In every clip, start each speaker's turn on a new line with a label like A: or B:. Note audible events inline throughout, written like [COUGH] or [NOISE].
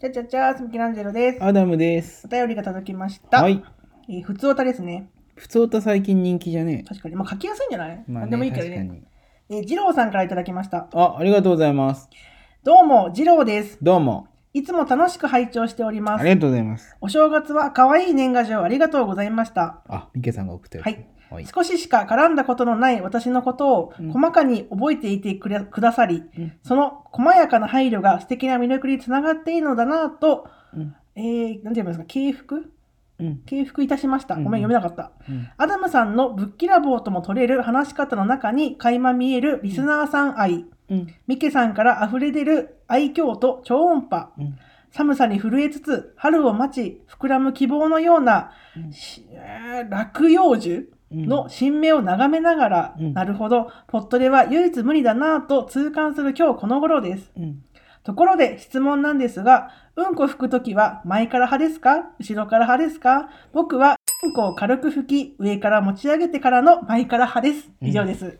A: ちゃちゃちゃー、スミキランジェロです。
B: アダムです
A: お。便りが届きました。
B: はい。
A: えー普通おたですね。
B: 普通と最近人気じゃね
A: 確かに。まあ、書きやすいんじゃない、
B: え。まあ
A: 何でもい
B: ね、
A: いけど
B: 確か
A: ね。
B: に。
A: えー、二郎さんからいただきました。
B: あ、ありがとうございます。
A: どうも、二郎です。
B: どうも。
A: いつも楽しく拝聴しておりま
B: あ
A: す。
B: りがとうございます。
A: お正月は可愛い年賀状ありがとうございました。
B: あ、ミケさんが送ったやつね。はい。
A: 少ししか絡んだことのない私のことを
B: うん
A: 細かに覚えていてくれくださり、
B: うん
A: その細やかな配慮が素敵な魅力につながっているのだなと、
B: うん
A: えー、なんて言いますか、敬服
B: うん。
A: 敬服いたしました。ごめん、読
B: うん
A: めなかった。
B: うん
A: アダムさんのぶっきらぼうとも取れる話し方の中に垣間見えるリスナーさん愛、
B: うん。
A: ミケさんから溢れ出る愛嬌と超音波、
B: うん
A: 寒さに震えつつ春を待ち膨らむ希望のような、
B: うん
A: しえー落葉樹
B: うん
A: の新芽を眺めながら、
B: うん
A: なるほどポットでは唯一無二だなぁと痛感する今日この頃です
B: うん。
A: ところで質問なんですが、うんこ拭くときは前から派ですか後ろから派ですか僕はうんこを軽く拭き、上から持ち上げてからの前から派です。以上です。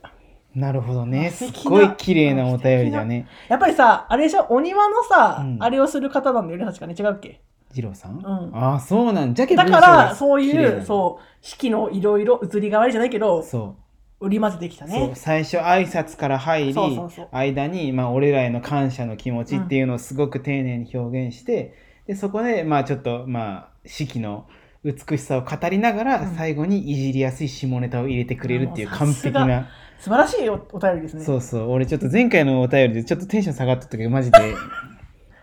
B: なるほどね。
A: あ
B: す
A: 素
B: っ
A: 敵な
B: ごい綺麗なお便りだね。
A: やっぱりさ、あれでしょ、お庭のさ、
B: うん
A: あれをする方なんだよね、確かに違うっけ
B: ジローさん。
A: うん
B: あ、そうなん。じゃけ
A: だから、そう
B: 綺麗だ
A: いう、
B: ね
A: そう、四季のいろいろ移り変わりじゃないけど、
B: そう。
A: 売り混ぜてきた
B: そう
A: ね。
B: 最初挨拶から入り
A: そうそうそう
B: 間に、まあ、俺らへの感謝の気持ちっていうのをすごく丁寧に表現して、でそこで、まあ、ちょっと、まあ、四季の美しさを語りながら、
A: うん
B: 最後にいじりやすい下ネタを入れてくれるっていう
A: あもう
B: 完璧な、
A: 素晴らしいおお便りですね。
B: そうそう俺ちょっと前回のお便りでちょっとテンション下がった時マジで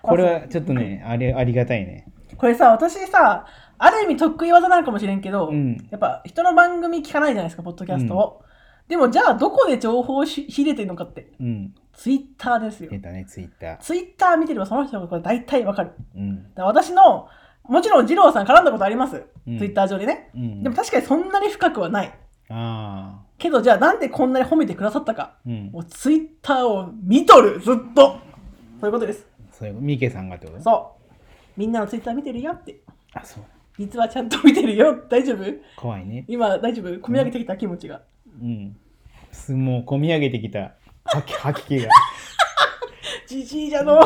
B: これはちょっとねあれありがたいね
A: これさ、私さ、ある意味得意技なのかもしれんけど、
B: うん
A: やっぱ人の番組聞かないじゃないですか、ポッドキャストを。でも、じゃあ、どこで情報をし仕入れてるのかって、
B: うん
A: ツイッターですよ
B: 出。たねツイッタ
A: ツイッター見てればその人のこと大体わかる。だか
B: ーうん
A: ら私の、もちろん二郎さん絡んだことあります。
B: うん
A: ツイッター上でね。
B: うん
A: でも確かにそんなに深くはない。
B: ああ
A: けど、じゃあなんでこんなに褒めてくださったか。
B: うん
A: もうツイッターを見とる、ずっと。そういうことです。
B: そういうミケさんがってこと
A: そう。みんなのツイッター見てるよって。
B: あそう
A: 実はちゃんと見てるよ。大丈夫
B: 怖いね
A: 今大丈夫込み上げてきた気持ちが。
B: うん。すもう込み上げてきた吐き吐き気
A: [LAUGHS]
B: が。
A: じじいじゃの。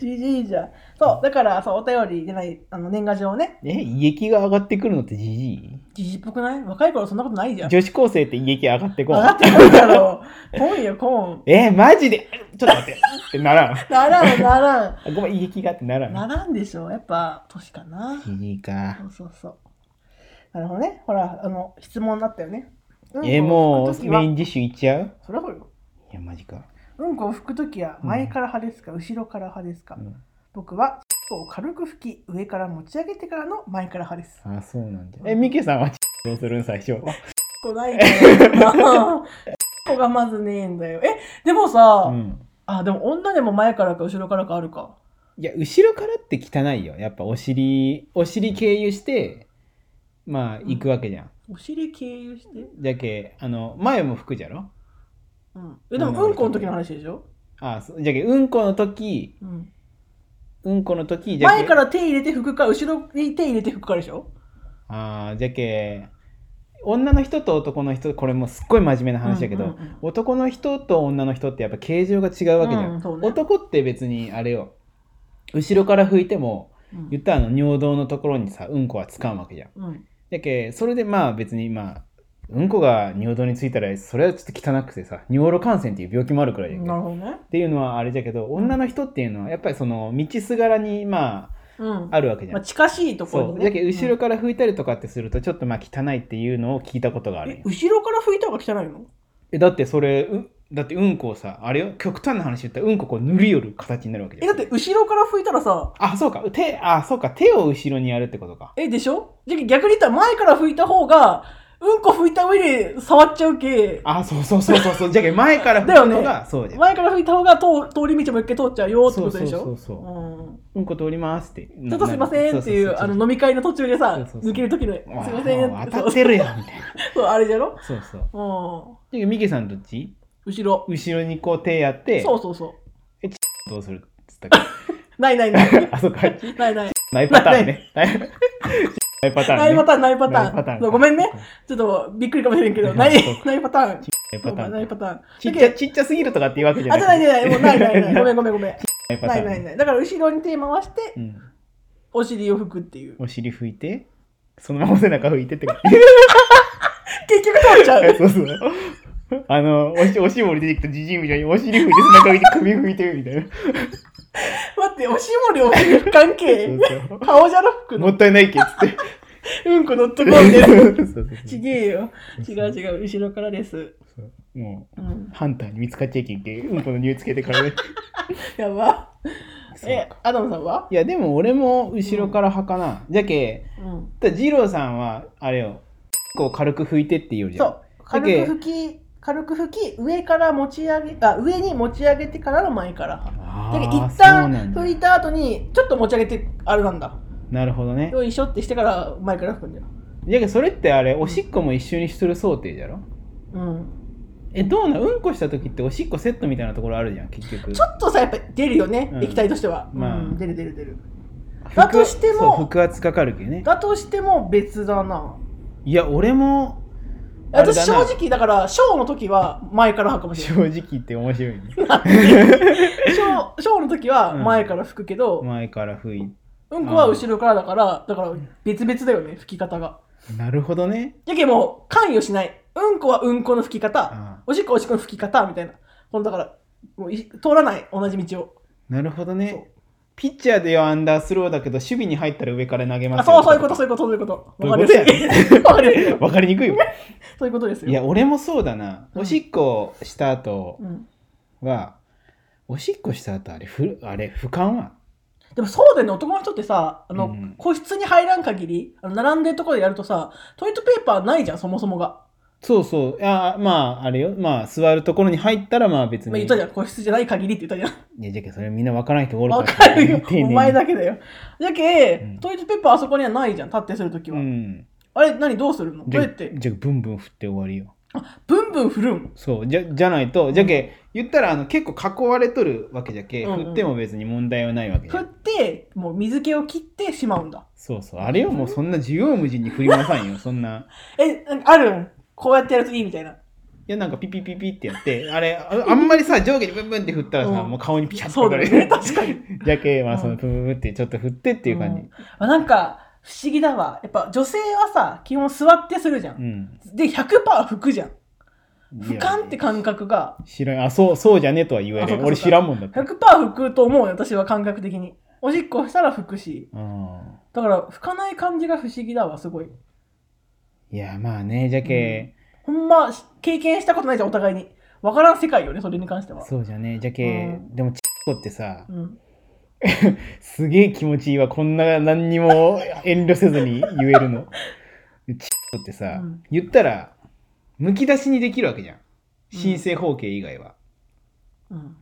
A: じじいじゃ。そう、だから、そう、お便りでない、あの、年賀状ね。
B: え、胃液が上がってくるのってじじい
A: じじいっぽくない若い頃そんなことないじゃん。
B: 女子高生って胃液上がってこ
A: 上がっ
B: う。
A: てくるだろ [LAUGHS] う。コーンよ、コーン。
B: え、マジでちょっと待って。ってならん。
A: ならん、ならん。
B: あごめん、胃液がってな
A: [LAUGHS]
B: ら。
A: なんらんでしょ。やっぱ、年かな。
B: じじい
A: そ
B: か。
A: うそうそう。なるほどね。ほら、あの、質問だったよね。うんこ
B: え、も
A: を
B: う
A: 拭く時は
B: メインディッシュいっちゃう
A: それはそうよ。
B: いや、マジか。
A: うんこを拭くときは、前から派ですか、後ろから派ですか
B: う。ん
A: 僕は、うんこを軽く拭き、上から持ち上げてからの前から派です。
B: あ、そうなんだ。え、ミケさんはどうするん最初。
A: こないんだよ。こがまずねえんだよ。え、でもさ、
B: うん。
A: あ、でも女でも前からか後ろからかあるか。
B: いや、後ろからって汚いよ。やっぱお尻、お尻経由して、まあ、行くわけじゃん。
A: お尻経由して。
B: じゃけ、あの、前も服じゃろ
A: うん。え、でもうんこの時の話でしょ。
B: あそうじゃけうんこの時
A: うん。
B: うんこの時じゃけ
A: 前から手入れて拭くか、後ろに手入れて拭くかでしょ。
B: あーじゃけ女の人と男の人これもうすっごい真面目な話だけど、
A: うんうんうん
B: 男の人と女の人ってやっぱ形状が違うわけじゃん、
A: うんそうね
B: 男って別にあれよ後ろから拭いても
A: うん
B: 言ったらあの尿道のところにさうんこはつかんわけじゃん
A: うん。
B: だけそれでまあ別にまあうんこが尿道についたらそれはちょっと汚くてさ尿路感染っていう病気もあるくらいやけど
A: なるほどね
B: っ。ていうのはあれじゃけど女の人っていうのはやっぱりその道すがらにま
A: うん。
B: ああるわけじゃん、
A: まあ、近しいところ
B: そ
A: に
B: う
A: ね。
B: だけど後ろ
A: か
B: から拭いたりとかってするとちょっとまあ汚いっていうのを聞いたことがあ
A: ら、え
B: るよ
A: 後ろから拭いた方が汚いの
B: えだってそれうだってうんこをさあれよ極端な話言ったらうんここう塗り寄る形になるわけじ
A: え、
B: ゃ
A: だっ
B: ん
A: て後ろから拭いたらさ、
B: あそうか手あそうか手を後ろにやるってことか
A: え、でしょじゃあ逆に言ったら前から拭いた方が、うんこ拭いた上で触っちゃうけ。
B: あそうそうそうそうそうじゃけ前から拭くの
A: だよ
B: が、そうじゃん
A: 前から拭いた方が通通り道も一回通っちゃうよってことでしょ
B: そうそうそう
A: うん
B: うんこ通りますって
A: ちょっとすいませんっていうあの飲み会の途中で
B: そう
A: さ
B: そうそう
A: 抜ける時のすい
B: み
A: ませんって
B: 当たってるやんみたいな
A: そうあれじゃろ
B: そうそう
A: うん後
B: でミケさんどっち
A: ろ
B: 後ろにこう手やって
A: そうそうそ
B: どうするっつったっ
A: うないないない
B: けあそうか
A: ないない
B: ないパターンね。ないパターンね。
A: ないパターンないパタ
B: ないパタ
A: ー
B: ー
A: ン
B: ン
A: そうごめんねちょっとびっくりかもしれんけどない
B: そうか
A: ないパターン
B: ないパターン
A: ないパターン
B: ちっちゃ、ちっちゃすぎるとかっていうわけじゃな
A: あ
B: い。 [LAUGHS]
A: じゃないじゃないもうないないないごめんごめんごめん
B: ないパタ
A: な
B: ー
A: い
B: ン。
A: ないない。だから後ろに手回して、
B: うん。
A: お尻を拭くっていう。
B: お尻拭いて、そのまま背中拭いてって [LAUGHS] こと。
A: 結局倒れちゃ
B: [LAUGHS]
A: う。
B: そうそう。あの、おし、おしぼり出てきたじじいみたいに、お尻拭いて、背中拭いて、首拭いてみたいな。
A: 待って、おしぼりお尻関係。
B: そう
A: 顔じゃら拭
B: そう
A: く
B: も
A: の。
B: ったいないけっつって。
A: うんこ乗っとこ
B: そう
A: うで。
B: そうそう
A: [LAUGHS] ちげえよ。違う違う、後ろからです。
B: そうもう、
A: うん、
B: ハンターに見つかっちゃいけんけ。うんこの匂いつけてからね。
A: やば。
B: そう
A: え、アダムさんはい
B: や、でも俺も後ろから派かな。じゃけ、
A: うん。
B: だジローさんは、あれよ、こう軽く拭いてって言うじ
A: そ
B: ゃん。
A: う。軽く拭き、軽く拭き、上から持ち上げ、あ、上に持ち上げてからの前から。だ
B: あ
A: けど
B: ー
A: 一
B: そうな
A: 旦
B: んだ
A: 拭いた後に、ちょっと持ち上げて、あれなんだ。
B: なるほどね。
A: よいしょってしてから前から拭くんだよ。
B: じゃけそれってあれ、おしっこも一緒にする想定じゃろ
A: うん。
B: え、どうなんうんこした時っておしっこセットみたいなところあるじゃん、結局。
A: ちょっとさ、やっぱ出るよね、
B: うん
A: 液体としては。
B: まあ
A: うん、出る出る出る。
B: 腹
A: だとしても
B: そう、腹圧かかるけね。
A: だとしても別だな。
B: いや、俺も、あれだな
A: 私正直だから、ショーの時は前から履くかもしれない
B: 正。直言って面白いね。
A: ショーショーの時は前から拭くけど、うん
B: 前から拭い
A: こは後ろからだから、だから別々だよね、拭き方が。
B: なるほどね。
A: やけんもう関与しない。うんこはうんこの拭き方、
B: あ
A: おしっこはおしっこの拭き方みたいな。ほんだから、もうい通らない、同じ道を。
B: なるほど
A: そう
B: ね。ピッチャーではアンダースローだけど、守備に入ったら上から投げま
A: あ
B: すよ
A: そうそういうこと、そういうこと、そういうこと。
B: ど
A: わか
B: うい
A: り
B: うことや
A: やすい。わかりやすいよ。
B: [LAUGHS] わかりにくいよ。
A: そういうことですよ。
B: いや、俺もそうだな。
A: うん
B: おしっこした後
A: うん、
B: は、おしっこした後あれ、ふあれ、俯瞰は。
A: でもそうだよね、男の人ってさ、あの、
B: うん
A: 個室に入らん限り、あの並んでるところでやるとさ、トイレットペーパーないじゃん、そもそもが。
B: そうそう。あまあ、あれよ。まあ、座るところに入ったら、まあ別に。
A: まあ、言ったじゃん、個室じゃない限りって言ったじゃん。
B: いや、じゃけそれみんなわからない人おる
A: わ
B: ら
A: かるよ
B: 丁寧。に
A: [LAUGHS] お前だけだよ。だけ、
B: うん
A: トイレットペーパーあそこにはないじゃん、立ってするときは。
B: うん。
A: あれ、何どうするのど
B: じ
A: う
B: ゃ
A: やって
B: じゃけブンブン振って終わりよ。
A: ブンブン振るん
B: そう。じゃ、じゃないと、じゃけ、言ったら、あの、結構囲われとるわけじゃけ、
A: うんうん
B: 振っても別に問題はないわけじ
A: 振
B: ゃ
A: っ
B: ん。
A: て、もう水気を切ってしまうんだ。
B: そうそう。あれよ、もうそんな縦横無尽に振りまさんよ、そんな。
A: え、なんかあるんこうやってやるといいみたいな。
B: いやなんかピピピピってやって、あれ、ああんまりさ、上下にブンブンって振ったらさ、
A: うん
B: もう顔にピシャッ
A: そうだ
B: とれ
A: よね、[LAUGHS]
B: る。
A: 確かに。っ
B: じゃけ、ま
A: う
B: あ
A: ん
B: そのブンブンってちょっと振ってっていう感
A: あなんか、不思議だわ。やっぱ女性はさ、基本座ってするじゃ。
B: じ。うんん。
A: で、100%吹くじゃん。
B: い
A: 俯
B: や
A: 瞰って感覚が、
B: 知らん。あ、そう、そうじゃねとは言わ
A: あ
B: れ
A: そう
B: る。
A: か
B: 俺
A: そうか
B: 知らんもんだって。
A: 100%拭くと思うよ、私は感覚的に。おしっこしたら拭くし。
B: うん。
A: だから、拭かない感じが不思議だわ、すごい。
B: いや、まあね、じゃけ、
A: ほんま、し経験したことないじゃん、お互いに。わからん世界よね、それに関しては。
B: そうじゃね、じゃ
A: う
B: け、
A: ん
B: でも、ちっこってさ
A: う、ん、
B: すげえ気持ちいいわ。こんな何にも遠慮せずに言え
A: [LAUGHS]
B: るの。ちっこってさ
A: うん、
B: 言ったら、むき出しにできるわけじゃん。申請方形以外は。
A: うん。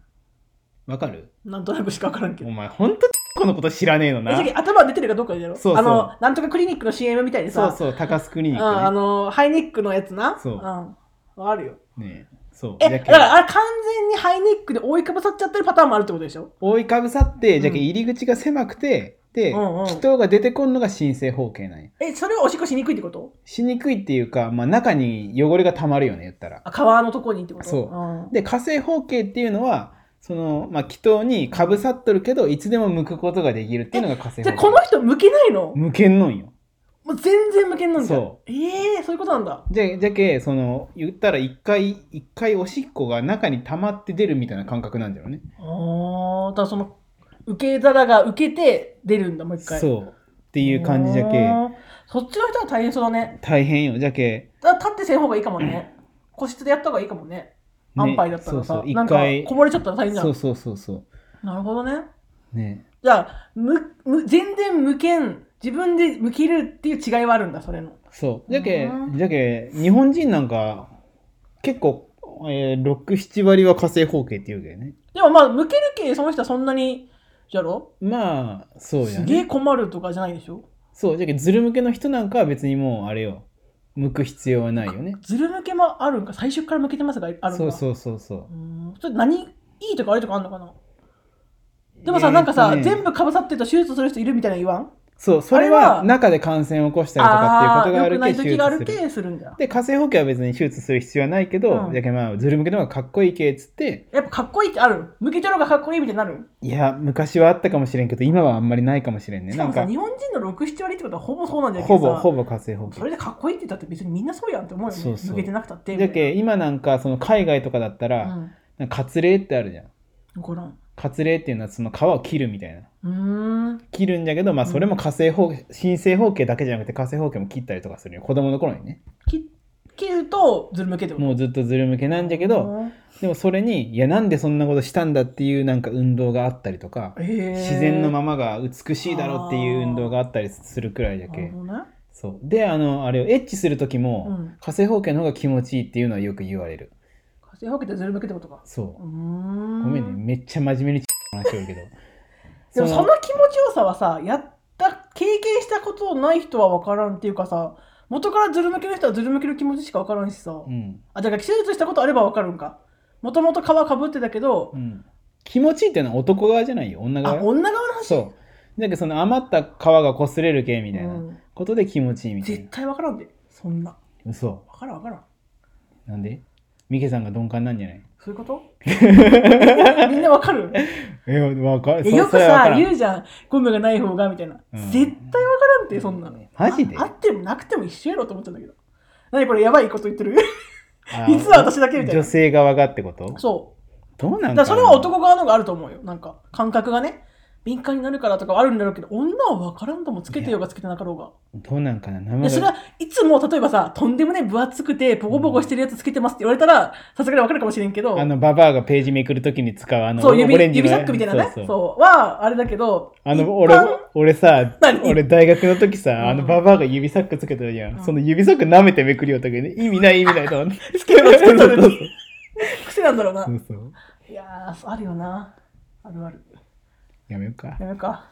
B: わかる
A: なんとなくしかわからんけど
B: お。前ほんとこのこと知らねえの
A: え
B: な
A: 次頭出てるかどうかだろ
B: そうそう
A: あの、なんとかクリニックの CM みたいに
B: そ
A: さ、
B: うそう高須クリニッ
A: うん、あ
B: クね
A: の、ハイネックのやつな。。
B: そうん
A: あるよ。
B: ねえそう
A: え、
B: じゃ
A: だ
B: け
A: から、あれ完全にハイネックで覆いかぶさっちゃってるパターンもあるってことでしょ
B: 覆いかぶさって
A: うん
B: じゃけ入り口が狭くてで
A: うんうん
B: 気筒が出てこんのが申請方形なんや
A: え、それをおしっこしにくいってこと
B: しにくいっていうかまあ中に汚れがたまるよね言ったら
A: あ、川のとこにってこと
B: そうんで火星方形っていうのはそのまあ気筒にかぶさっとるけどいつでも向くことができるっていうのが火
A: じ
B: 星方
A: ゃあこの
B: 形
A: 人向けないの
B: 向けんのんよ
A: もう全然向けんなんだ。
B: そう
A: ええそういうことなんだ。
B: じゃじゃけその言ったら一回一回おしっこが中に溜まって出るみたいな感覚なんだよね
A: ああ、だからその、受け皿が受けて出るんだ、もう一回。
B: そうっていう感じじゃけ
A: あーそっちの人は大変そうだね
B: 大変よじゃけ
A: だ立ってせん方がいいかもね個室でやった方がいいかもね安牌だったらさ、
B: そうそう
A: な
B: 一
A: んか
B: 回
A: こぼれちゃったら大変じゃ
B: そうんそうそうそ
A: なるほどね
B: うね
A: じゃあむむ全然無限自分で向けるっていう違いはあるんだそれの
B: そうじゃけ
A: うん
B: じゃけ日本人なんか結構、えー、67割は火星方形って言うけどね
A: でもまあ向けるけその人はそんなにじゃろ
B: まあそうじゃ
A: すげえ
B: ね
A: 困るとかじゃないでしょ
B: そうじゃけずる向けの人なんかは別にもうあれよ向く必要はないよね
A: ずる向けもあるんか最初から向けてますがあるんだ
B: そう
A: う
B: そうそうそう
A: ーんそれ何いいとか悪いとかあるのかなでもさ、
B: えー
A: なんかさ、
B: とね
A: 全部かぶさってると手術する人いるみたいなの言わん
B: そうそれ
A: あれは
B: は中で感染を起こしたりとかっていうことがあ
A: あー
B: る
A: 良く
B: け
A: ない
B: 手
A: 時がある
B: 術する
A: けするんだ
B: で火星補給は別に手術する必要はないけど、
A: うん
B: だけどまあズル向けの方がかっこいいけっつって
A: やっぱかっこいいってある向けてる方がかっこいいみたいになる
B: いや昔はあったかもしれんけど今はあんまりないかもしれんね
A: しか
B: なん
A: もさ
B: か
A: 日本人の67割ってことはほぼそうなんじゃない
B: ほぼほ
A: ぼ
B: ぼ火星補給
A: それでかっこいいって言ったって別にみんなそうやんって思うよね
B: そうそう
A: 向けてなくたってみた
B: だ
A: いな
B: けど今なんかその海外とかだったら、なんか割礼ってあるじゃん
A: うんごらん
B: 割礼っていうのはその皮を切るみたいな
A: うーん
B: 切るんだけど、まあ、
A: うん
B: それも火星方、新生方形だけじゃなくて火星方形も切ったりとかするよ子供の頃にね
A: 切切るとずる向けても
B: もうずっとズル向けなんだけどでもそれにいやなんでそんなことしたんだっていうなんか運動があったりとか自
A: 自
B: 然のま
A: ま
B: まが美しいだろうっていう運動があったりするくらいだ
A: なる
B: け
A: ほどね
B: そうであのあれをエッチする時
A: う
B: も、
A: ん
B: 火星方形の方が気持ちいいっていうのはよく言われる
A: 火星放棄ってずる向けってことか
B: そう
A: ー、
B: う
A: ん
B: ごめんねめっちゃ真面目に話してるけど
A: [LAUGHS] でもその
B: の
A: 気持ちよさはさやった経験したことない人は分からんっていうかさ元からずる向けの人はずる向けの気持ちしか分からんしさ、
B: うん
A: あだから手術したことあれば分かるんかもともと皮かぶってたけど、
B: うん、気持ちいいっていうのは男側じゃないよ女
A: あ
B: 側よ
A: 女側の話
B: そうなんかその余った皮が擦れる系みたいうなんことで気持ちいいみたい
A: 絶
B: な、
A: 対分からんでそんな
B: 嘘
A: 分からん分からん
B: なんでミケさんが鈍感なんじゃない
A: そういう
B: [LAUGHS]
A: ことみんな分かる
B: えわか
A: いやよくさ
B: う
A: 言うじゃんゴムがない方がみたいな、
B: うん
A: 絶対分からんってそんなの
B: マジで
A: ああってもなくても一緒やろと思ったんだけど何これやばいこと言ってる [LAUGHS]
B: あ
A: 実は私だけみたいな
B: 女性側がってこと
A: そう
B: どうなんか
A: だ
B: な
A: からそれは男側の方があると思うよ。なんか感覚がね、敏感になるからとかはあるんだろうけど、女は分からんともつけてようがつけてなかろうが。
B: どうなんかな
A: で
B: 生
A: それ
B: が
A: はいつも例えばさ、とんでもね分厚くて、ボコボコしてるやつつけてますって言われたら、さすがに分かるかもしれんけど
B: あ、のババアがページめくるときに使うあの
A: そう指
B: オレンジの
A: 指サックみたいなね、
B: そ
A: そうう
B: そう
A: はあれだけど、
B: あ
A: 一般
B: の俺俺さ
A: 何
B: 俺大学の時さあの
A: うん
B: ババアが指サックつけてるじゃん、
A: うん
B: その指サック舐めてめくりよったけど、ね、意味ない意味ないと思って
A: つけろつけろ
B: そうそうそう
A: 癖なんだろうな
B: [LAUGHS] そ。うそう
A: いやー、あるよな。あるある。
B: やめようか
A: やめようか。